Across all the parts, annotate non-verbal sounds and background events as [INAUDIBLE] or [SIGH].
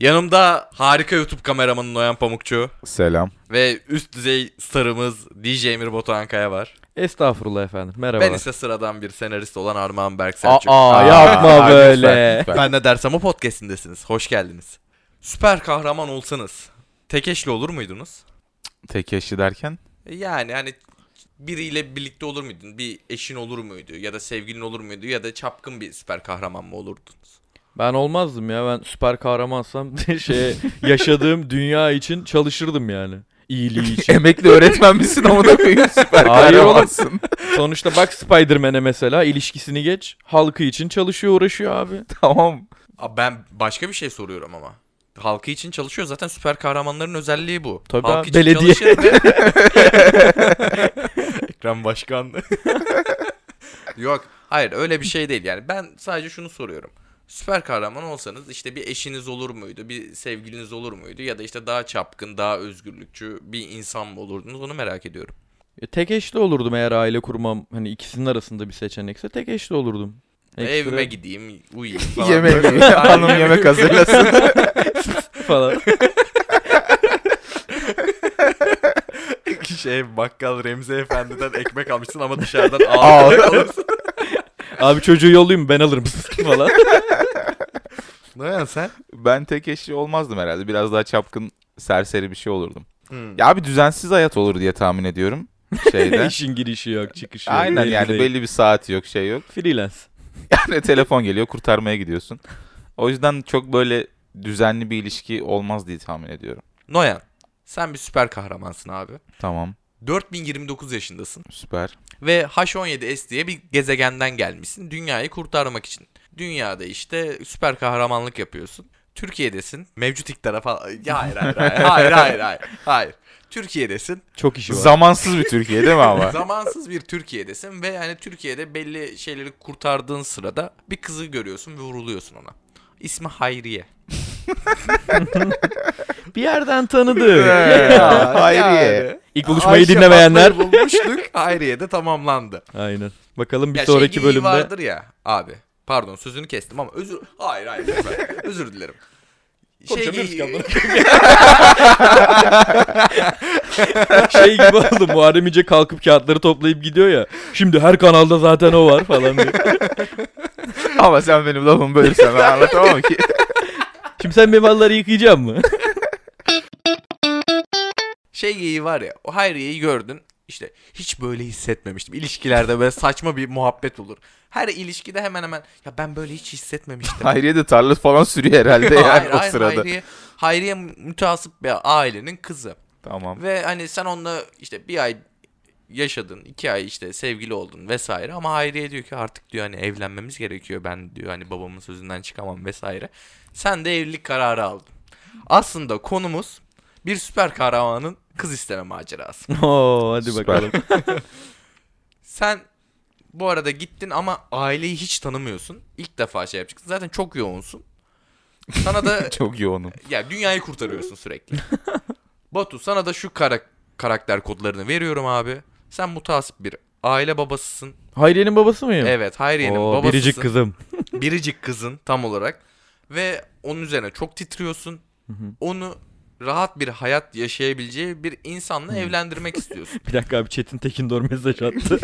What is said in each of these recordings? Yanımda harika YouTube kameramanı Noyan Pamukçu Selam. ve üst düzey starımız DJ Emir Batuhan Kaya var. Estağfurullah efendim. Merhabalar. Ben ise sıradan bir senarist olan Armağan Berk Aa, Selçuk. aa, Aa, yapma lütfen, böyle. lütfen. Ben de dersem o podcast'indesiniz. Hoş geldiniz. Süper kahraman olsanız tek eşli olur muydunuz? Tek eşli derken? Yani hani biriyle birlikte olur muydun? Bir eşin olur muydu? Ya da sevgilin olur muydu? Ya da çapkın bir süper kahraman mı olurdunuz? Ben olmazdım ya. Ben süper kahramansam [LAUGHS] şey yaşadığım dünya için çalışırdım yani. İyiliği için. [LAUGHS] [LAUGHS] Emekli öğretmen misin ama da koyayım süper Hayır oğlum. [LAUGHS] kahramansın. Sonuçta bak Spider-Man'e mesela ilişkisini geç. Halkı için çalışıyor uğraşıyor abi. tamam. Aa, ben başka bir şey soruyorum ama. Halkı için çalışıyor. Zaten süper kahramanların özelliği bu. Tabii Halkı abi, belediye. çalışır ve- [LAUGHS] Ekrem Başkan. [LAUGHS] Yok. Hayır öyle bir şey değil yani. Ben sadece şunu soruyorum. Süper kahraman olsanız işte bir eşiniz olur muydu? Bir sevgiliniz olur muydu? Ya da işte daha çapkın, daha özgürlükçü bir insan mı olurdunuz? Onu merak ediyorum. E, Tek eşli olurdum eğer aile kurmam. Hani ikisinin arasında bir seçenekse tek eşli olurdum. Ekstra Evime gideyim, uyuyayım [LAUGHS] falan. [LAUGHS] Yemek Böyle- [LAUGHS] Hanım yemek [LAUGHS] hazırlasın. falan. şey bakkal Remzi Efendi'den ekmek almışsın ama [LAUGHS] dışarıdan Al. ağır alırsın. abi çocuğu yollayayım ben alırım [LAUGHS] falan. Noyan sen? ben tek eşli olmazdım herhalde. Biraz daha çapkın serseri bir şey olurdum. Ya bir düzensiz hayat olur diye tahmin ediyorum. [LAUGHS] Şeyde. İşin girişi yok çıkışı yok. Aynen belli yani değil. belli bir saat yok şey yok. [LAUGHS] Freelance. Yani telefon geliyor kurtarmaya gidiyorsun. O yüzden çok böyle düzenli bir ilişki olmaz diye tahmin ediyorum. Noyan sen bir süper kahramansın abi. Tamam 4029 yaşındasın süper. ve H17S diye bir gezegenden gelmişsin dünyayı kurtarmak için. Dünyada işte süper kahramanlık yapıyorsun. Türkiye'desin. Mevcut iktidara falan. Ya hayır hayır hayır hayır hayır hayır. hayır. Türkiye'desin. Çok işi var. Zamansız bir Türkiye değil mi [LAUGHS] ama? Zamansız bir Türkiye'desin ve yani Türkiye'de belli şeyleri kurtardığın sırada bir kızı görüyorsun ve vuruluyorsun ona. İsmi Hayriye. bir [LAUGHS] yerden tanıdı. Ya, Hayriye. İlk buluşmayı Ayşe dinlemeyenler. Fatma'yı bulmuştuk. Hayriye de tamamlandı. Aynen. Bakalım bir Ya şey sonraki geyiği bölümde. vardır ya abi. Pardon sözünü kestim ama özür hayır hayır lütfen. [LAUGHS] özür dilerim. Şey Konuşamıyoruz ki geyiği- [LAUGHS] şey gibi oldu Muharrem İnce kalkıp kağıtları toplayıp gidiyor ya. Şimdi her kanalda zaten o var falan diye. Ama sen benim lafımı bölürsen ben [LAUGHS] anlatamam ki. Şimdi sen benim halıları yıkayacaksın mı? [LAUGHS] şey geyiği var ya. O Hayriye'yi gördün. İşte hiç böyle hissetmemiştim. İlişkilerde böyle saçma bir muhabbet olur. Her ilişkide hemen hemen ya ben böyle hiç hissetmemiştim. [LAUGHS] Hayriye de tarla falan sürüyor herhalde yani hayır, o hayır, sırada. Hayriye, Hayriye müteasip bir ailenin kızı. Tamam. Ve hani sen onunla işte bir ay yaşadın, iki ay işte sevgili oldun vesaire. Ama Hayriye diyor ki artık diyor hani evlenmemiz gerekiyor. Ben diyor hani babamın sözünden çıkamam vesaire. Sen de evlilik kararı aldın. Aslında konumuz bir süper kahramanın kız isteme macerası. Oo hadi Süper. bakalım. Sen bu arada gittin ama aileyi hiç tanımıyorsun. İlk defa şey yapacaksın. Zaten çok yoğunsun. Sana [LAUGHS] da Çok yoğunum. ya dünyayı kurtarıyorsun sürekli. Batu sana da şu kara- karakter kodlarını veriyorum abi. Sen mutasip bir aile babasısın. Hayriye'nin babası mıyım? Evet Hayriye'nin Oo, babasısın. biricik kızım. Biricik kızın tam olarak. Ve onun üzerine çok titriyorsun. Onu rahat bir hayat yaşayabileceği bir insanla evlendirmek [LAUGHS] istiyorsun. Bir dakika abi Çetin Tekindor mesaj attı.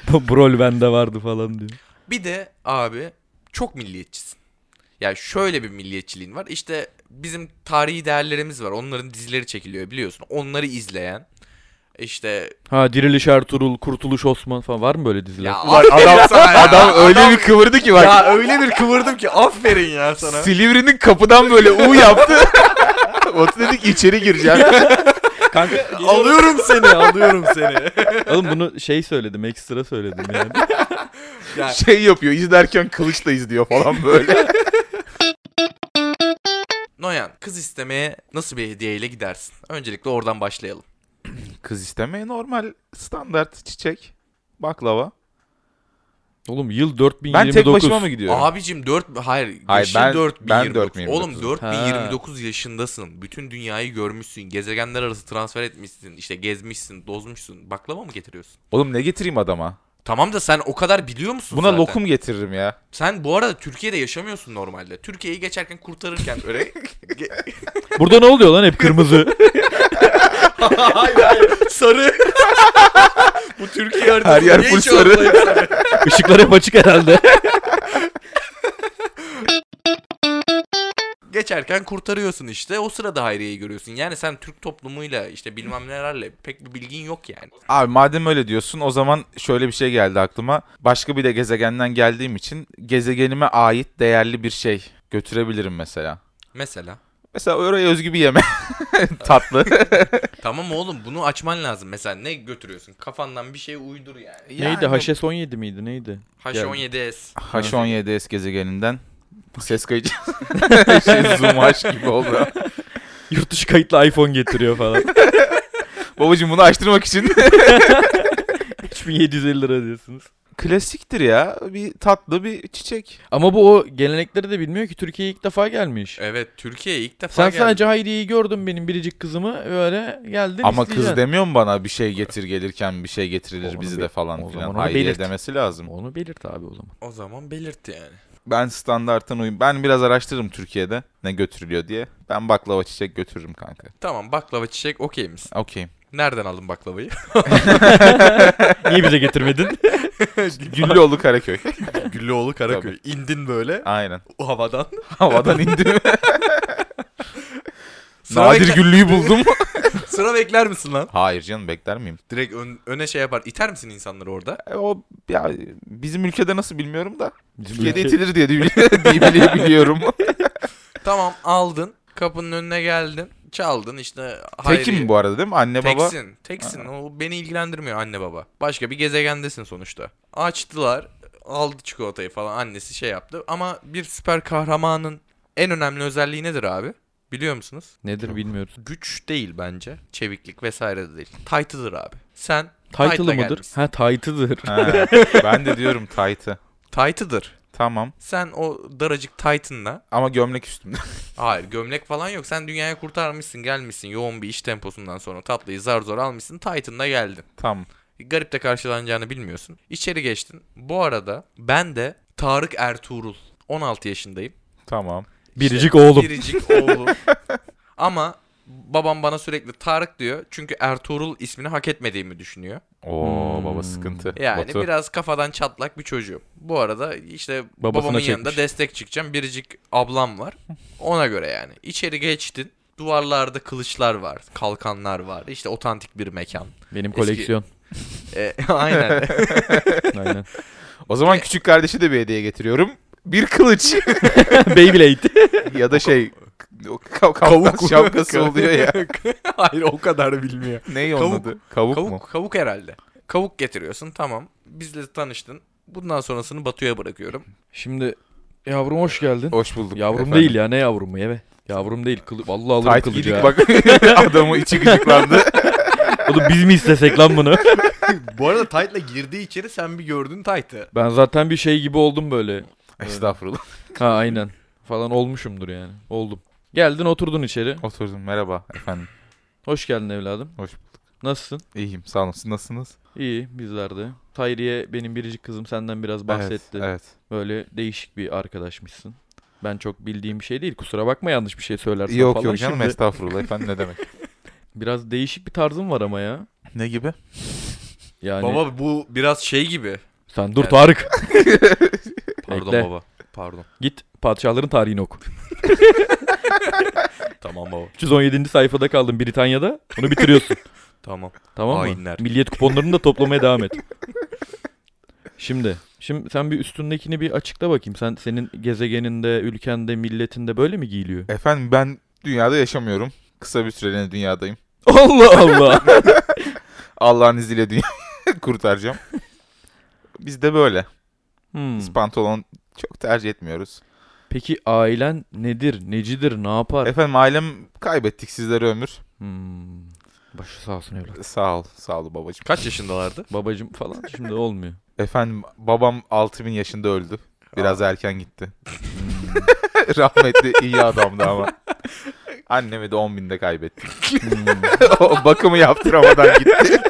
[LAUGHS] Bu Brol bende vardı falan diyor. Bir de abi çok milliyetçisin. Yani şöyle bir milliyetçiliğin var. İşte bizim tarihi değerlerimiz var. Onların dizileri çekiliyor biliyorsun. Onları izleyen işte Ha Diriliş Ertuğrul, Kurtuluş Osman falan var mı böyle diziler? Ya Ulan aferin adam- sana ya. Adam öyle bir kıvırdı ki bak. ya öyle bir kıvırdım ki aferin ya sana. Silivri'nin kapıdan böyle [LAUGHS] U yaptı. Batu dedi ki içeri gireceğim. Kanka alıyorum seni, alıyorum seni. [LAUGHS] oğlum bunu şey söyledim, ekstra söyledim yani. Ya, Şey yapıyor izlerken kılıçla izliyor falan [LAUGHS] böyle. Noyan, kız istemeye nasıl bir hediyeyle gidersin? Öncelikle oradan başlayalım. Kız istemeye normal standart çiçek. Baklava. Oğlum yıl 4029. Ben tek başıma mı gidiyorum? Abicim 4 hayır, Hayır, yaşın ben- 4029. ben 4029. Oğlum 4029 yaşındasın. Bütün dünyayı görmüşsün. Gezegenler arası transfer etmişsin. işte gezmişsin, dozmuşsun. Baklava mı getiriyorsun? Oğlum ne getireyim adama? Tamam da sen o kadar biliyor musun Buna zaten? lokum getiririm ya. Sen bu arada Türkiye'de yaşamıyorsun normalde. Türkiye'yi geçerken [LAUGHS] kurtarırken öyle. Ge- Burada ne oluyor lan hep kırmızı? hayır hayır sarı. [LAUGHS] bu Türkiye haritası. Her yer niye full hiç sarı. ortaya sarı? Işıklar hep açık herhalde. Geçerken kurtarıyorsun işte. O sırada Hayriye'yi görüyorsun. Yani sen Türk toplumuyla işte bilmem nelerle pek bir bilgin yok yani. Abi madem öyle diyorsun o zaman şöyle bir şey geldi aklıma. Başka bir de gezegenden geldiğim için gezegenime ait değerli bir şey götürebilirim mesela. Mesela. Mesela oraya özgü bir yeme. [LAUGHS] [LAUGHS] Tatlı. Tamam oğlum bunu açman lazım. Mesela ne götürüyorsun? Kafandan bir şey uydur yani. Neydi Haşes 17 miydi neydi? H17S. H17S gezegeninden ses kayıcı. [LAUGHS] şey, zoom H gibi oldu. Yurt dışı kayıtlı iPhone getiriyor falan. Babacım bunu açtırmak için. [LAUGHS] 3750 lira diyorsunuz. Klasiktir ya. Bir tatlı bir çiçek. Ama bu o gelenekleri de bilmiyor ki Türkiye'ye ilk defa gelmiş. Evet Türkiye'ye ilk defa Sen geldi. sadece Hayriye'yi gördün benim biricik kızımı öyle geldin Ama isteyeceksin. kız demiyor mu bana bir şey getir gelirken bir şey getirilir Onu bizi be- de o falan zaman filan. onu Hayır belirt. demesi lazım. Onu belirt abi [LAUGHS] o zaman. O zaman belirt yani. Ben standarttan uyum. Ben biraz araştırırım Türkiye'de ne götürülüyor diye. Ben baklava çiçek götürürüm kanka. Tamam baklava çiçek okey misin? Okey. Nereden aldın baklavayı? Niye bize getirmedin? Güllüoğlu Karaköy. [LAUGHS] [LAUGHS] Güllüoğlu Karaköy. İndin [LAUGHS] böyle Aynen. o havadan. Havadan indim. Sıra, Nadir bekle- Güllü'yü buldum. sıra bekler misin lan? Hayır canım bekler miyim? Direkt ön- öne şey yapar. İter misin insanları orada? E, o ya, bizim ülkede nasıl bilmiyorum da. Türkiye'de ülke- itilir diye, diye- [LAUGHS] diye biliyorum. Tamam aldın. Kapının önüne geldin. Çaldın işte. Tekim bu arada değil mi? Anne baba. Teksin. Teksin. O beni ilgilendirmiyor anne baba. Başka bir gezegendesin sonuçta. Açtılar. Aldı çikolatayı falan. Annesi şey yaptı. Ama bir süper kahramanın en önemli özelliği nedir abi? Biliyor musunuz? Nedir bilmiyoruz. Güç değil bence. Çeviklik vesaire de değil. Tight'ıdır abi. Sen Title'ı mıdır? gelmişsin. Ha title'dır. [LAUGHS] Ha, ben de diyorum tight'ı. Tight'ıdır. Tamam. Sen o daracık Titan'la Ama gömlek üstümde. [LAUGHS] hayır gömlek falan yok. Sen dünyayı kurtarmışsın gelmişsin yoğun bir iş temposundan sonra tatlıyı zar zor almışsın Titan'la geldin. tamam. Garip de karşılanacağını bilmiyorsun. İçeri geçtin. Bu arada ben de Tarık Ertuğrul. 16 yaşındayım. Tamam. Biricik oğlum. Biricik [LAUGHS] oğlum. Ama babam bana sürekli Tarık diyor. Çünkü Ertuğrul ismini hak etmediğimi düşünüyor. Oo Hmm. baba sıkıntı. Yani Batu. biraz kafadan çatlak bir çocuğum. Bu arada işte Babasına babamın çekmiş. yanında destek çıkacağım. Biricik ablam var. Ona göre yani. İçeri geçtin. Duvarlarda kılıçlar var, kalkanlar var. İşte otantik bir mekan. Benim Eski- koleksiyon. E, [LAUGHS] [LAUGHS] aynen. Aynen. O zaman küçük kardeşi de bir hediye getiriyorum. Bir kılıç Beyblade. ya da şey o ka- kavuk şapkası oluyor [LAUGHS] ya. [LAUGHS] Hayır o kadar bilmiyor. Ne onun Kavuk. adı? Kavuk, mu? Kavuk, kavuk herhalde. Kavuk getiriyorsun tamam. Bizle tanıştın. Bundan sonrasını Batu'ya bırakıyorum. Şimdi yavrum hoş geldin. Hoş bulduk. Yavrum efendim. değil ya ne yavrumu eve. Yavrum değil. Kılı... Vallahi alırım Tight kılıcı giydik ha. bak [LAUGHS] adamı içi [LAUGHS] gıcıklandı. [LAUGHS] Oğlum biz mi istesek lan bunu? [LAUGHS] Bu arada Tight'la girdiği içeri sen bir gördün Tight'ı. [LAUGHS] Ben zaten bir şey gibi oldum böyle. Estağfurullah. Ha aynen. Falan olmuşumdur yani. Oldum. Geldin oturdun içeri. Oturdum merhaba efendim. Hoş geldin evladım. Hoş bulduk. Nasılsın? İyiyim sağ olun. Siz nasılsınız? İyi bizler de. Tayriye benim biricik kızım senden biraz bahsetti. Evet. evet. Böyle değişik bir arkadaşmışsın. Ben çok bildiğim bir şey değil. Kusura bakma yanlış bir şey söylersem Yok falan. yok canım Şimdi estağfurullah efendim ne [LAUGHS] demek. Biraz değişik bir tarzın var ama ya. Ne gibi? Yani Hani- Baba bu biraz şey gibi. sen dur Evet. Tarık. Pardon Bekle. baba. Pardon. Git padişahların tarihini oku. Tamam baba. 317. sayfada kaldım Britanya'da. Bunu [LAUGHS] bitiriyorsun. Tamam. tamam mı? Hainler. Milliyet kuponlarını da toplamaya devam et. Şimdi, şimdi sen bir üstündekini bir açıkla bakayım. Sen senin gezegeninde, ülkende, milletinde böyle mi giyiliyor? Efendim ben dünyada yaşamıyorum. Kısa bir süreliğine dünyadayım. [LAUGHS] Allah Allah. Allah'ın izniyle dünyayı [LAUGHS] kurtaracağım. Biz de böyle. Hmm. Biz pantolon çok tercih etmiyoruz. Peki ailen nedir, necidir, ne yapar? Efendim ailem kaybettik sizlere ömür. Hmm. Başı sağ olsun evlat. Sağ ol. Sağ ol babacığım. Kaç [LAUGHS] yaşındalardı? Babacım falan şimdi [LAUGHS] olmuyor. Efendim babam 6000 yaşında öldü. Biraz erken gitti. [LAUGHS] Hmm. Hani, Rahmetli iyi [LAUGHS] adamdı ama. Annemi de 10 binde kaybettik. Hmm. [LAUGHS] o bakımı yaptıramadan gitti.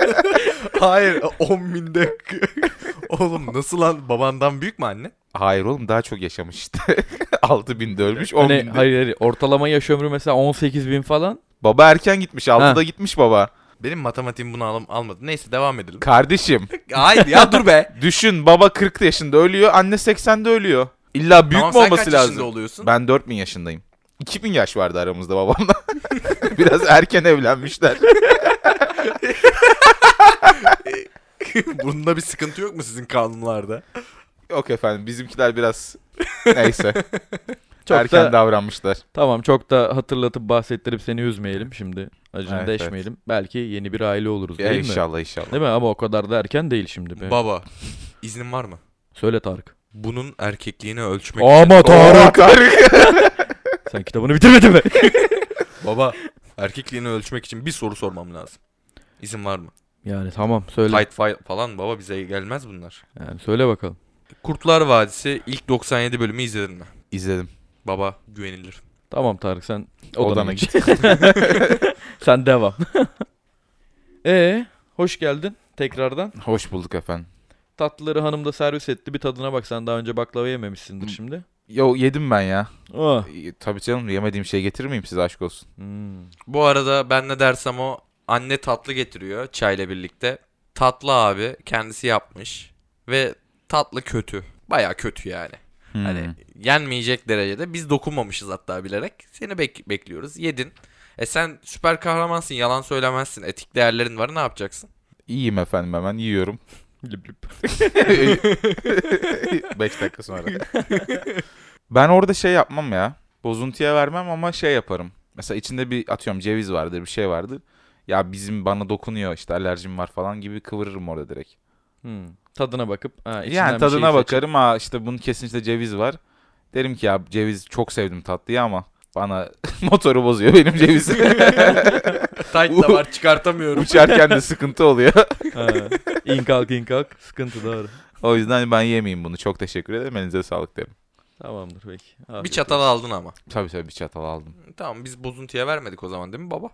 Hayır 10 binde [LAUGHS] Oğlum nasıl lan babandan büyük mü anne? Hayır oğlum daha çok yaşamış işte. [LAUGHS] 6000'de ölmüş 10 Hani hayır hayır ortalama yaş ömrü mesela 18 bin falan. Baba erken gitmiş 6'da Ha. gitmiş baba. Benim matematiğim bunu al- almadı. Neyse devam edelim. Kardeşim Haydi ya dur [LAUGHS] be. düşün baba 40 yaşında ölüyor anne 80'de ölüyor. İlla büyük tamam, mü sen olması kaç yaşında lazım? oluyorsun? Ben 4000 yaşındayım. 2000 yaş vardı aramızda babamla. [LAUGHS] Biraz erken evlenmişler. [LAUGHS] Bunda bir sıkıntı yok mu sizin kanunlarda? Yok efendim bizimkiler [LAUGHS] biraz neyse Çok erken da davranmışlar. tamam çok da hatırlatıp bahsettirip seni üzmeyelim şimdi. Acını Evet, da evet. eşmeyelim. Belki yeni bir aile oluruz Ya değil mi? inşallah inşallah. Değil mi? Ama o kadar da erken değil şimdi. Be. Baba iznin var mı? Söyle Tarık. Bunun erkekliğini ölçmek Ama Tarık Tarık. [LAUGHS] sen kitabını [LAUGHS] bitirmedin mi? Baba erkekliğini ölçmek için bir soru sormam lazım. İzin var mı? yani tamam söyle. Tight fi- falan baba bize gelmez bunlar. Yani söyle bakalım. Kurtlar Vadisi ilk 97 bölümü izledin mi? İzledim. Baba güvenilir. Tamam Tarık sen [LAUGHS] odana, Odana git. sen devam. [LAUGHS] Ee, hoş geldin tekrardan. [LAUGHS] Hoş bulduk efendim. Tatlıları hanım da servis etti. Bir tadına bak sen daha önce baklava Hmm. yememişsindir şimdi. Yo yedim ben ya. Oh. E, Tabii canım yemediğim şey getirir miyim size aşk olsun. Hmm. Bu arada ben ne dersem o anne tatlı getiriyor çayla birlikte. Tatlı abi kendisi yapmış ve tatlı kötü. Baya kötü yani. Hani Hmm. Hani yenmeyecek derecede biz dokunmamışız hatta bilerek. Seni bek- bekliyoruz. Yedin. E sen süper kahramansın. Yalan söylemezsin. Etik değerlerin var. Ne yapacaksın? iyiyim efendim hemen [LAUGHS] yiyorum. [LAUGHS] Lüp lüp. 5 dakika sonra. ben orada şey yapmam ya. Bozuntuya vermem ama şey yaparım. Mesela içinde bir atıyorum ceviz vardır bir şey vardır. Ya bizim bana dokunuyor işte alerjim var falan gibi kıvırırım orada direkt. Hmm. Tadına bakıp. Ha, içinden yani bir tadına şey seç. bakarım ha işte bunun kesinlikle ceviz var. Derim ki ya ceviz çok sevdim tatlıyı ama bana [LAUGHS] motoru bozuyor benim ceviz. [LAUGHS] Tight da var çıkartamıyorum. Uçarken de sıkıntı oluyor. [LAUGHS] Ha. İn kalk in kalk. Sıkıntı doğru. O yüzden hani ben yemeyeyim bunu. Çok teşekkür ederim. Elinize sağlık derim. Tamamdır peki. bir Afiyet çatal olsun. aldın ama. Tabii tabii bir çatal aldım. Tamam biz bozuntuya vermedik o zaman değil mi baba?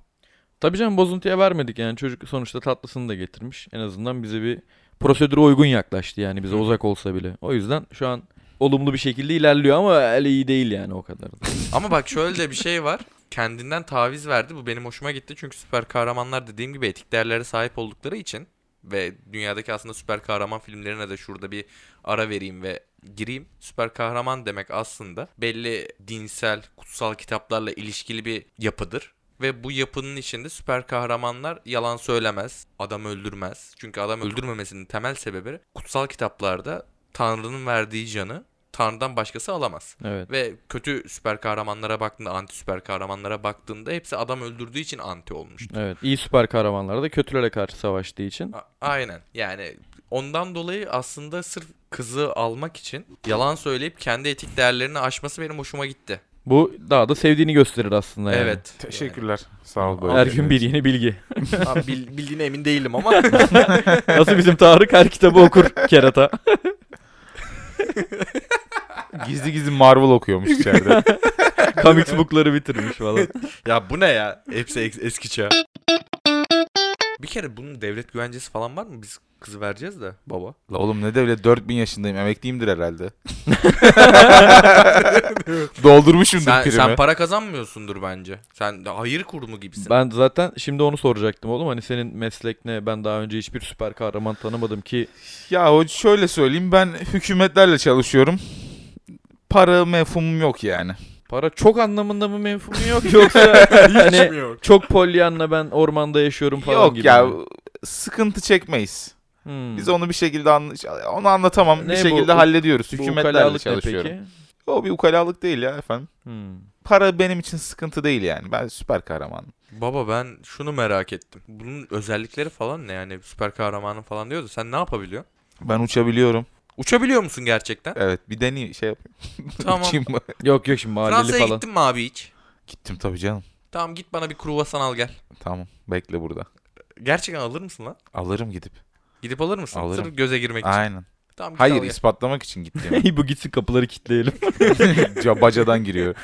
Tabii canım bozuntuya vermedik yani çocuk sonuçta tatlısını da getirmiş. En azından bize bir prosedüre uygun yaklaştı yani bize Hı. uzak olsa bile. O yüzden şu an olumlu bir şekilde ilerliyor ama öyle iyi değil yani o kadar. da. Ama bak şöyle de bir şey var. Kendinden taviz verdi. Bu benim hoşuma gitti. Çünkü süper kahramanlar dediğim gibi etik değerlere sahip oldukları için ve dünyadaki aslında süper kahraman filmlerine de şurada bir ara vereyim ve gireyim. Süper kahraman demek aslında belli dinsel, kutsal kitaplarla ilişkili bir yapıdır. Ve bu yapının içinde süper kahramanlar yalan söylemez, adam öldürmez. Çünkü adam öldürmemesinin temel sebebi kutsal kitaplarda Tanrı'nın verdiği canı Tanrı'dan başkası alamaz. Evet. Ve kötü süper kahramanlara baktığında, anti süper kahramanlara baktığında hepsi adam öldürdüğü için anti olmuştu. Evet. İyi süper kahramanlar da kötülere karşı savaştığı için. A- Aynen. Yani ondan dolayı aslında sırf kızı almak için yalan söyleyip kendi etik değerlerini aşması benim hoşuma gitti. Bu daha da sevdiğini gösterir aslında yani. Evet. Teşekkürler. Sağ ol. Her gün bir yeni bilgi. Yani, abi bil- bildiğine emin değilim ama Nasıl bizim Tarık her kitabı okur kerata. Gizli gizli Marvel okuyormuş [LAUGHS] içeride. Comics book'ları bitirmiş falan. [LAUGHS] ya bu ne ya? Hepsi es- eski çağ. Bir kere bunun devlet güvencesi falan var mı? Biz kızı vereceğiz de baba. La oğlum ne de öyle 4000 yaşındayım. Emekliyimdir [LAUGHS] herhalde. Doldurmuşumdur Sen, primi. sen para kazanmıyorsundur bence. Sen de hayır kurumu gibisin. Ben zaten şimdi onu soracaktım oğlum. Hani senin meslek ne? Ben daha önce hiçbir süper kahraman tanımadım ki. Ya o şöyle söyleyeyim ben hükümetlerle çalışıyorum. Para mefhumum yok yani. Para çok anlamında mı [LAUGHS] menfumu yok yoksa hani Bilmiyorum. çok polyanla ben ormanda yaşıyorum falan Yok gibi. ya mi? sıkıntı çekmeyiz. Hmm. Biz onu bir şekilde anla- onu anlatamam. Ne bir bu- şekilde bu- hallediyoruz. Bu Hükümetlerle ukalalık ne çalışıyorum. peki? O bir ukalalık değil ya efendim. Hmm. Para benim için sıkıntı değil yani. Ben süper kahramanım. Baba ben şunu merak ettim. Bunun özellikleri falan ne yani süper kahramanın falan diyordu. Sen ne yapabiliyorsun? Ben uçabiliyorum. Uçabiliyor musun [LAUGHS] gerçekten? Evet bir deney şey yapayım. Tamam. Uçayım mı? [LAUGHS] Yok yok şimdi mahalleli Fransa'ya falan. gittin mi abi hiç? Gittim tabii canım. Tamam git bana bir kruvasan al gel. Tamam bekle burada. Gerçekten alır mısın lan? Alırım gidip. Gidip alır mısın? Alırım. Sırf göze girmek için. Aynen. Tamam git Hayır al gel. ispatlamak için gittim. [LAUGHS] Bu gitsin [LAUGHS] kapıları kilitleyelim. Bacadan giriyor.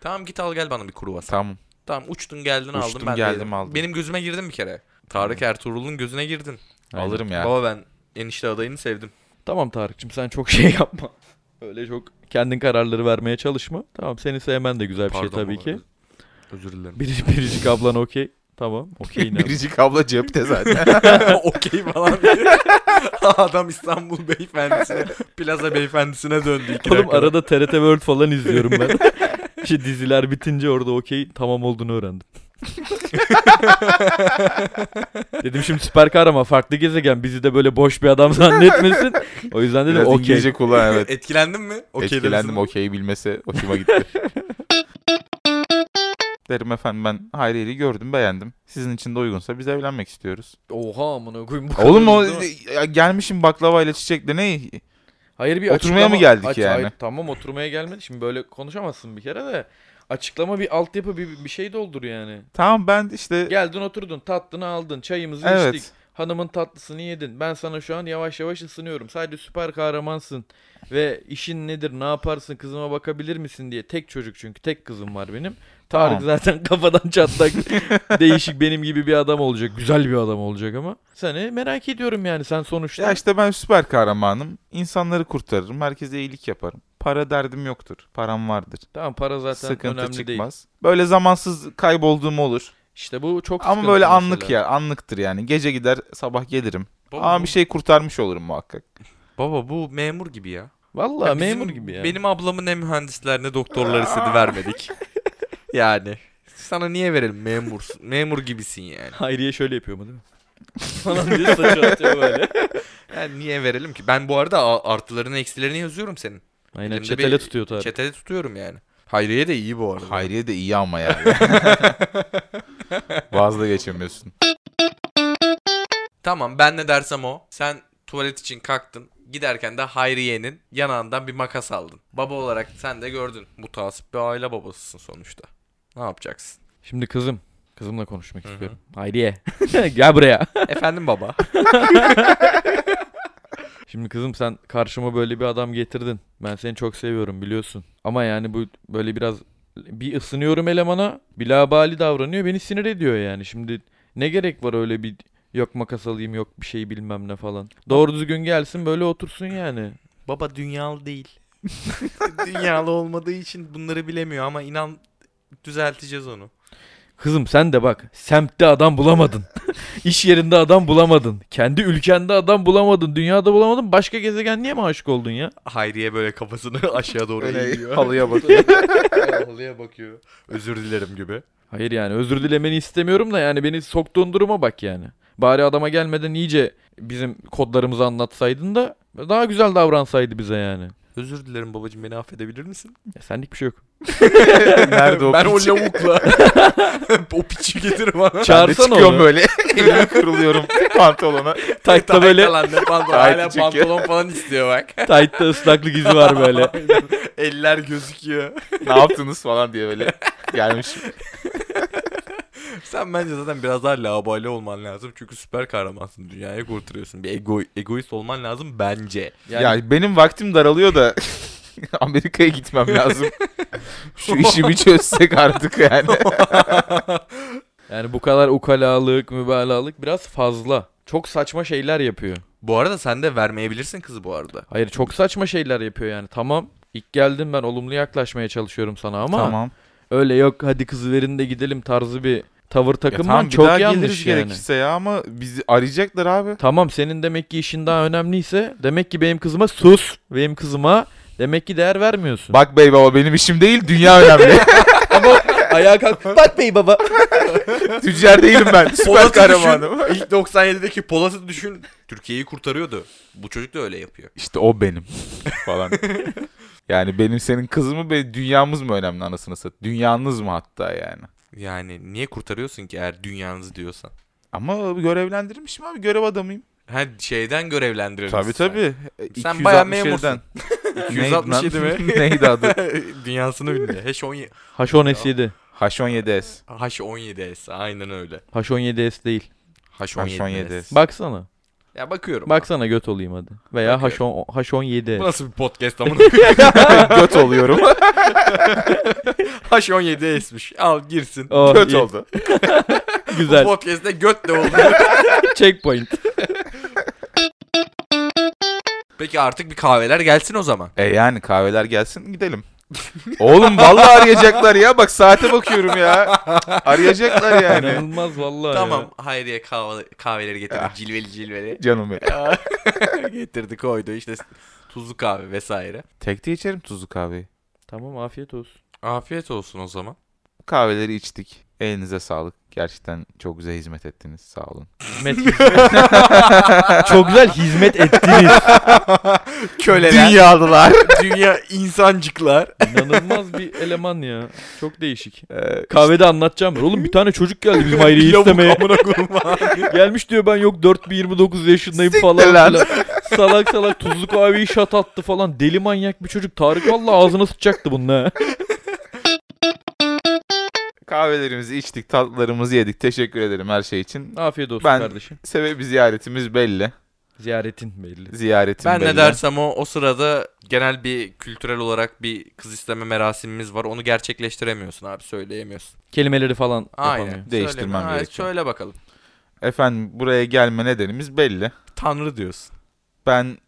Tamam git al gel bana bir kruvasan. Tamam. Tamam uçtun geldin aldın Uçtum, ben de geldim, yedim. aldım. Benim gözüme girdin bir kere. Tarık Ertuğrul'un gözüne girdin. Aynen. Alırım ya. Baba ben enişte adayını sevdim. Tamam Tarık'cığım sen çok [LAUGHS] şey yapma. Öyle çok kendin kararları vermeye çalışma. Tamam seni sevmen de güzel bir şey Pardon tabii baba, ki. öz- Özür dilerim. Biricik, biricik ablan okey. Tamam [LAUGHS] okey inan. Biricik abla cepte [LAUGHS] zaten. [LAUGHS] Okey falan diye. [LAUGHS] Adam İstanbul beyefendisine, plaza beyefendisine döndü. iki Oğlum dakikada. arada TRT World falan izliyorum ben. işte diziler bitince orada okey tamam olduğunu öğrendim. Dedim şimdi süper kahraman farklı gezegen bizi de böyle boş bir adam zannetmesin. O yüzden dedim Biraz okey. İngilizce kullan evet. Etkilendin mi? Okey Etkilendim demesinden. okeyi bilmesi hoşuma [LAUGHS] gitti. Derim efendim ben Hayriye'yi gördüm beğendim. Sizin için de uygunsa biz evlenmek istiyoruz. Oha amına koyayım bu Oğlum kadar o hızlı mı? ya gelmişim baklavayla çiçekle ne? Hayır bir Oturmaya mı açıklama- geldik yani? tamam oturmaya gelmedi. Şimdi böyle konuşamazsın bir kere de. Açıklama bir altyapı bir, bir şey doldur yani. Tamam ben işte Geldin oturdun tatlını aldın çayımızı içtik. evet. Hanımın tatlısını yedin. Ben sana şu an yavaş yavaş ısınıyorum. Sadece süper kahramansın ve işin nedir, ne yaparsın, kızıma bakabilir misin diye. Tek çocuk çünkü tek kızım var benim. Tarık Tamam. zaten [LAUGHS] kafadan çatlak değişik benim gibi bir adam olacak. Güzel bir adam olacak ama. Seni merak ediyorum yani sen sonuçta. Ya işte ben süper kahramanım. İnsanları kurtarırım. Herkese iyilik yaparım. Para derdim yoktur. Param vardır. Tamam para zaten Sıkıntı önemli çıkmaz. değil. Böyle zamansız kaybolduğum olur. İşte bu çok Ama sıkıntı böyle mesela. anlık ya. Anlıktır yani. Gece gider sabah gelirim. Baba, Ama bu- bir şey kurtarmış olurum muhakkak. Baba bu memur gibi ya. Vallahi Ya bizim- memur gibi ya. Benim ablamın ne mühendisler ne doktorlar istedi [LAUGHS] vermedik. yani. Sana niye verelim memursun? Memur gibisin yani. Hayriye şöyle yapıyor mu değil mi? Falan diye saçı atıyor böyle. Yani niye verelim ki? Ben bu arada a- artılarını eksilerini yazıyorum senin. Aynen Elimde çetele bir- tutuyor Tarık. Çetede tutuyorum yani. Hayriye de iyi bu arada. Hayriye de iyi ama yani. [LAUGHS] Vazda geçemiyorsun. Tamam ben ne dersem o. Sen tuvalet için kalktın. Giderken de Hayriye'nin yanağından bir makas aldın. Baba olarak sen de gördün. Mutasip bir aile babasısın sonuçta. Ne yapacaksın? [LAUGHS] Şimdi kızım. Kızımla konuşmak Hı hı. istiyorum. Hayriye. [LAUGHS] Gel buraya. Efendim baba. Şimdi kızım sen karşıma böyle bir adam getirdin. Ben seni çok seviyorum biliyorsun. Ama yani bu böyle biraz bir ısınıyorum elemana. Bilabali davranıyor. Beni sinir ediyor yani. Şimdi ne gerek var öyle bir yok makas alayım yok bir şey bilmem ne falan. Doğru düzgün gelsin böyle otursun yani. Baba dünyalı değil. [LAUGHS] dünyalı olmadığı için bunları bilemiyor ama inan düzelteceğiz onu. Kızım sen de bak semtte [LAUGHS] adam bulamadın. İş yerinde adam bulamadın. Kendi ülkende adam bulamadın. Dünyada bulamadın. Başka gezegen niye mi aşık oldun ya? Hayriye böyle kafasını [LAUGHS] aşağı doğru [LAUGHS] Öyle eğiyor. halıya bakıyor. Halıya bakıyor. Özür dilerim gibi. Hayır yani özür dilemeni istemiyorum da yani beni soktuğun duruma bak yani. Bari adama gelmeden iyice bizim kodlarımızı anlatsaydın da daha güzel davransaydı bize yani. Özür dilerim babacığım beni affedebilir misin? Ya senlik bir [LAUGHS] şey yok. Nerede o ben piç? o lavukla [LAUGHS] o piçi getir bana. Ben de Çağırsana çıkıyorum onu. böyle. [LAUGHS] Elimi kırılıyorum pantolona. Taytta böyle Lan ne pantolon. Gayet Hala çıkıyor. pantolon falan istiyor bak. [LAUGHS] taytta ıslaklık izi var böyle. [LAUGHS] Eller gözüküyor. [LAUGHS] Ne yaptınız falan diye böyle gelmiş. Sen bence zaten biraz daha labale olman lazım. Çünkü süper kahramansın. Dünyayı kurtarıyorsun. Bir ego, egoist olman lazım bence. Yani Ya benim vaktim daralıyor da [LAUGHS] Amerika'ya gitmem lazım. [LAUGHS] Şu işimi çözsek artık yani. yani bu kadar ukalalık, mübalağalık biraz fazla. Çok saçma şeyler yapıyor. Bu arada sen de vermeyebilirsin kızı bu arada. Hayır çok saçma şeyler yapıyor yani. Tamam ilk geldim ben olumlu yaklaşmaya çalışıyorum sana ama Tamam. öyle yok hadi kızı verin de gidelim tarzı bir tavır Ya takınman tamam bir çok daha yanlış geliriz yani. gerekirse ya ama bizi arayacaklar abi. Tamam senin demek ki işin daha önemliyse demek ki benim kızıma sus. Benim kızıma demek ki değer vermiyorsun. Bak bey baba benim işim değil dünya önemli. [LAUGHS] ayağa [LAUGHS] kalk. Bak bey baba. Tüccar değilim ben. Süper Polat'ı kahramanım. düşün. [LAUGHS] İlk 97'deki Polat'ı düşün. Türkiye'yi kurtarıyordu. Bu çocuk da öyle yapıyor. İşte o benim [LAUGHS] falan. Yani benim senin kız mı be dünyamız mı önemli anasını sat. Dünyanız mı hatta yani. Yani niye kurtarıyorsun ki eğer dünyanızı diyorsan? Ama görevlendirmişim abi görev adamıyım. Ha şeyden görevlendirilmişsin. Tabii tabii. Sen bayağı 267'den. memursun. Neydi lan? 267 [LAUGHS] mi? [LAUGHS] Neydi adı? [LAUGHS] Dünyasını bilmiyor. H17. Haşon S7. H17S. H17S aynen öyle. Haşon s değil. H17S. H17S. Baksana. Ya bakıyorum. Baksana göt olayım hadi. Veya Bakıyorum. Haşon Haşon Bu 7. [LAUGHS] nasıl bir podcast ama [LAUGHS] Göt oluyorum. H17S'miş. Al girsin. Oh, Göt iyi, oldu. Güzel. Podcast'te göt de oldu. Checkpoint. Peki artık bir kahveler gelsin o zaman. E yani kahveler [LAUGHS] gelsin gidelim. Oğlum vallahi arayacaklar ya. Bak saate bakıyorum ya. [LAUGHS] Arayacaklar yani. İnanılmaz vallahi Tamam ya. Hayriye kahve, kahveleri getirdi. Cilveli [LAUGHS] cilveli. Canım [LAUGHS] benim. getirdi koydu işte tuzlu kahve vesaire. Tekte içerim tuzlu kahveyi. Tamam afiyet olsun. Afiyet olsun o zaman. Kahveleri içtik. Elinize sağlık. Gerçekten çok güzel hizmet ettiniz. Sağ olun. Hizmet [LAUGHS] Çok güzel hizmet ettiniz. Köleler, dünya, Dünyalılar. insancıklar. İnanılmaz bir eleman ya. Çok değişik. Ee, Kahvede anlatacağım. ben. Oğlum bir tane çocuk geldi bizim [LAUGHS] aileyi Lavuk istemeye. amına koyayım abi. Gelmiş diyor ben yok 4.29 yaşındayım Siktir falan lan. filan. Salak salak tuzlu kahveyi şat attı falan. Deli manyak bir çocuk. Tarık valla ağzına sıçacaktı bunun ha. [LAUGHS] Kahvelerimizi içtik, tatlılarımızı yedik. Teşekkür ederim her şey için. Afiyet olsun Ben- kardeşim. Sebebi ziyaretimiz belli. Ziyaretin belli. Ziyaretim ben belli. ne dersem o o sırada genel bir kültürel olarak bir kız isteme merasimimiz var. Onu gerçekleştiremiyorsun abi söyleyemiyorsun. Kelimeleri falan yapamıyor. Aynen. Değiştirmem Söyleme. Ha, gerekiyor. Şöyle bakalım. Efendim buraya gelme nedenimiz belli. Tanrı diyorsun. Ben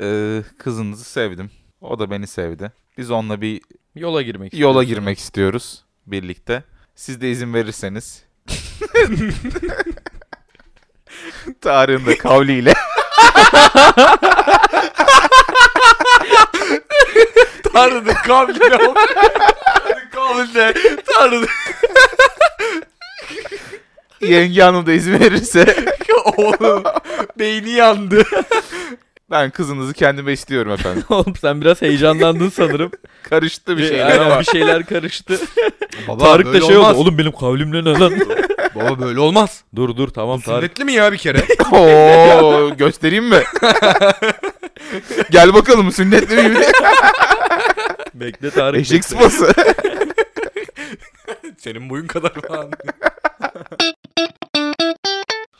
e, kızınızı sevdim. O da beni sevdi. Biz onunla bir [LAUGHS] Yola girmek yola istiyorum. girmek istiyoruz birlikte. Siz de [LAUGHS] izin verirseniz. Tarık'ın da kavliyle. Tanrı'nın kavliyle ol. Tanrı'nın kavliyle. Tanrı'nın Yenge hanım da izin [LAUGHS] verirse oğlum. Beyni yandı. [LAUGHS] ben kızınızı kendime istiyorum efendim. Oğlum sen biraz heyecanlandın sanırım. Karıştı bir Ee, şeyler aynen, ama. bir şeyler karıştı. Baba, Tarık da şey oldu. Oğlum benim kavlimle ne lan? Baba böyle olmaz. dur dur tamam Tarık. Sünnetli mi ya bir kere? Oo, göstereyim [LAUGHS] mi? Gel bakalım sünnetli miyim? Bekle Tarık. Eşek bekle. sıpası. [LAUGHS] Senin boyun kadar falan.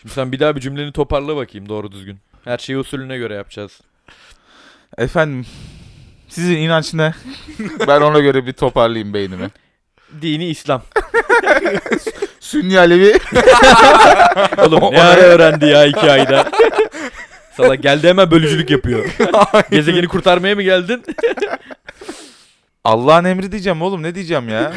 Şimdi sen bir daha bir cümleni toparla bakayım doğru düzgün. Her şeyi usulüne göre yapacağız. Efendim sizin inanç ne? ben ona göre bir toparlayayım beynimi. Dini İslam. Sünni Alevi. [LAUGHS] Oğlum ne ara öğrendi ya iki ayda. [LAUGHS] Sana geldi hemen bölücülük yapıyor. Gezegeni kurtarmaya mı geldin? Allah'ın emri diyeceğim oğlum ne diyeceğim [LAUGHS] ya?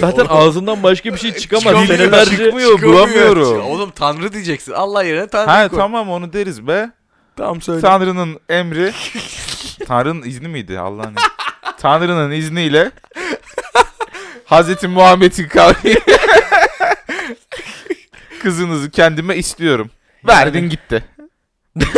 Zaten ağzından başka bir şey çıkamaz. Çıkamıyor, Senelerce çıkmıyor. bulamıyorum. Oğlum tanrı diyeceksin. Allah yerine tanrı ha koy. tamam onu deriz be. Tamam söyle. Tanrı'nın [LAUGHS] emri. Tanrı'nın izni miydi? Allah'ın emri. Tanrı'nın izniyle [LAUGHS] Hazreti Muhammed'in [LAUGHS] kavli. Kızınızı kendime istiyorum. Verdin gitti. [LAUGHS]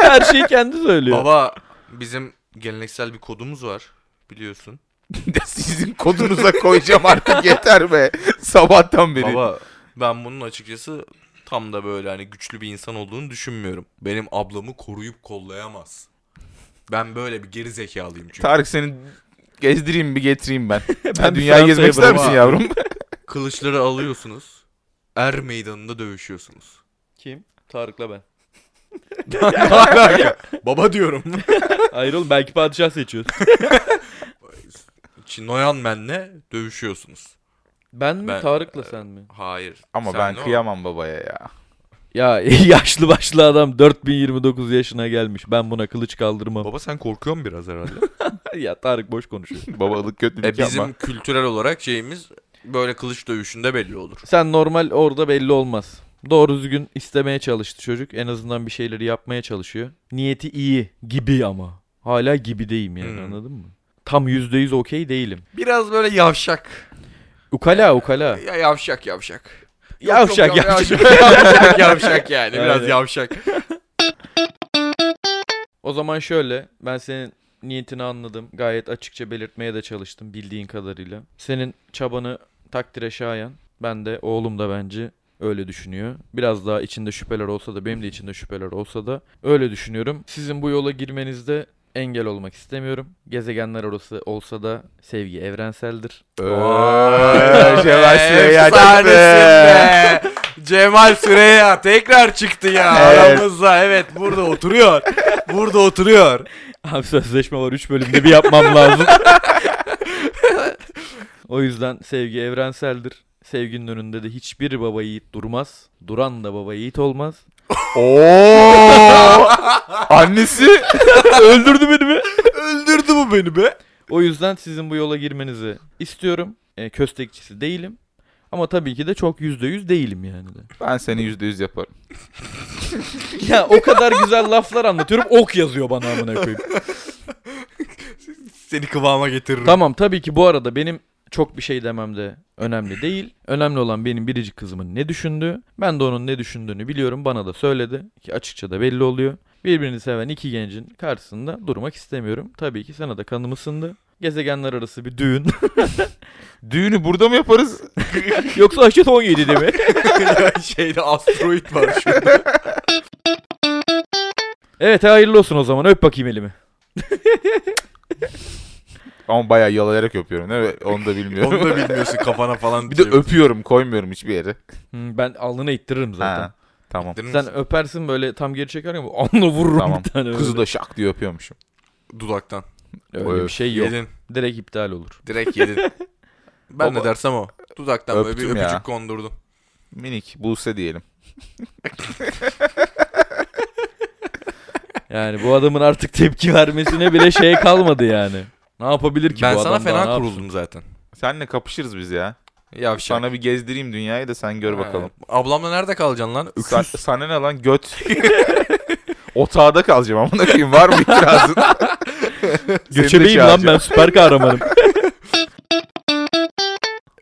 Her şeyi kendi söylüyor. Baba bizim geleneksel bir kodumuz var biliyorsun. [LAUGHS] Sizin kodunuza koyacağım artık yeter be. Sabahtan beri. Baba ben bunun açıkçası tam da böyle hani güçlü bir insan olduğunu düşünmüyorum. Benim ablamı koruyup kollayamaz. Ben böyle bir geri zekalıyım çünkü. Tarık seni gezdireyim bir getireyim [LAUGHS] ben. Ben ben bir dünyayı gezmek Fransa'ya ister misin bırak- yavrum? Kılıçları alıyorsunuz. Er meydanında dövüşüyorsunuz. Kim? Tarık'la ben. Ne alaka? Baba diyorum. Hayır oğlum belki padişah seçiyoruz. Noyan Men'le dövüşüyorsunuz. Ben mi Ben- Tarık'la sen mi? Hayır. Ama senle ben o. kıyamam babaya ya. Ya [LAUGHS] yaşlı başlı adam 4029 yaşına gelmiş. Ben buna kılıç kaldırmam. Baba sen korkuyorsun biraz herhalde. ya Tarık boş konuşuyor. [LAUGHS] Babalık kötülük E bizim yapma. kültürel olarak şeyimiz böyle kılıç dövüşünde belli olur. Sen normal orada belli olmaz. Doğru düzgün istemeye çalıştı çocuk. En azından bir şeyleri yapmaya çalışıyor. Niyeti iyi gibi ama. Hala gibi deyim yani Hı. anladın mı? Tam %100 okey değilim. Biraz böyle yavşak. Ukala ukala. Ya yavşak yavşak. yav- Yavşak, yavşak. yavşak [LAUGHS] yavşak yani biraz Aynen. yavşak. O zaman şöyle ben senin niyetini anladım. Gayet açıkça belirtmeye de çalıştım bildiğin kadarıyla. Senin çabanı takdire şayan. Ben de oğlum da bence öyle düşünüyor. Biraz daha içinde şüpheler olsa da benim de içinde şüpheler olsa da öyle düşünüyorum. Sizin bu yola girmenizde engel olmak istemiyorum. Gezegenler arası olsa da sevgi evrenseldir. [LAUGHS] Ooo, Cemal Süreyya Efsanesin çıktı. be. Cemal Süreya tekrar çıktı ya Evet. aramızda. Evet burada oturuyor. Burada oturuyor. Abi sözleşme var 3 bölümde bir yapmam lazım. o yüzden sevgi evrenseldir. Sevginin önünde de hiçbir baba yiğit durmaz. Duran da baba yiğit olmaz. [LAUGHS] Oo! Annesi Öldürdü beni be. Öldürdü bu beni be. O yüzden sizin bu yola girmenizi istiyorum. E, köstekçisi değilim. Ama tabii ki de çok %100 değilim yani de. ben seni %100 yaparım. Ya o kadar güzel laflar anlatıyorum. Ok yazıyor bana amına koyayım. Seni kıvama [LAUGHS] getiririm. Tamam tabii ki bu arada benim çok bir şey demem de önemli değil. Önemli olan benim biricik kızımın ne düşündüğü. Ben de onun ne düşündüğünü biliyorum. Bana da söyledi ki açıkça da belli oluyor. Birbirini seven iki gencin karşısında durmak istemiyorum. Tabii ki sana da kanım ısındı. Gezegenler arası bir düğün. [LAUGHS] Düğünü burada mı yaparız? Yoksa aşet [LAUGHS] 17 değil mi? Şeyde asteroid var şu. Evet hayırlı olsun o zaman. Öp bakayım elimi. Ama bayağı yalayarak öpüyorum değil mi? Onu da bilmiyorum. Onu da bilmiyorsun kafana falan. [LAUGHS] bir de öpüyorum koymuyorum hiçbir yere. Hmm, ben alnına ittiririm zaten. Ha, tamam. Sen öpersin böyle tam geri çeker ya bu alnına vururum Tamam. bir tane. Kızı böyle. da şak diye öpüyormuşum. dudaktan. Öyle bir Öf. şey yok. Yedin. Direkt iptal olur. Direkt yedin. ben ne Baba- dersem o. Dudaktan böyle bir Öptüm ya. öpücük kondurdum. Minik Buse diyelim. Yani bu adamın artık tepki vermesine bile şey kalmadı yani. Ne yapabilir ki Ben bu sana adam? daha ne fena yapsın? kuruldum zaten. Senle kapışırız biz ya. Yavşak. Sana bir gezdireyim dünyayı da sen gör Ee, Ha, bakalım. Ablamla nerede kalacaksın lan? Sen, sana ne lan [LAUGHS] göt? [LAUGHS] Otağda kalacağım amına koyayım var mı itirazın? Seni de Göçebeyim lan ben çağıracağım. süper kahramanım.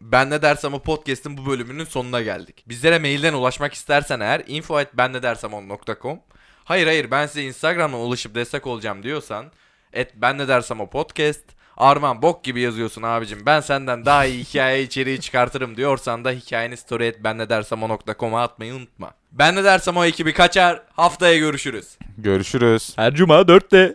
Ben ne dersem o podcast'in bu bölümünün sonuna geldik. Bizlere mailden ulaşmak istersen eğer info at bennedersemon.com Hayır hayır ben size Instagram'dan ulaşıp destek olacağım diyorsan et ben ne dersem o podcast Arman bok gibi yazıyorsun abicim ben senden daha iyi hikaye içeriği çıkartırım diyorsan da hikayeni story et ben ne dersem o.com'a atmayı unutma. Ben ne dersem o ekibi kaçar haftaya görüşürüz. Görüşürüz. Her cuma dörtte.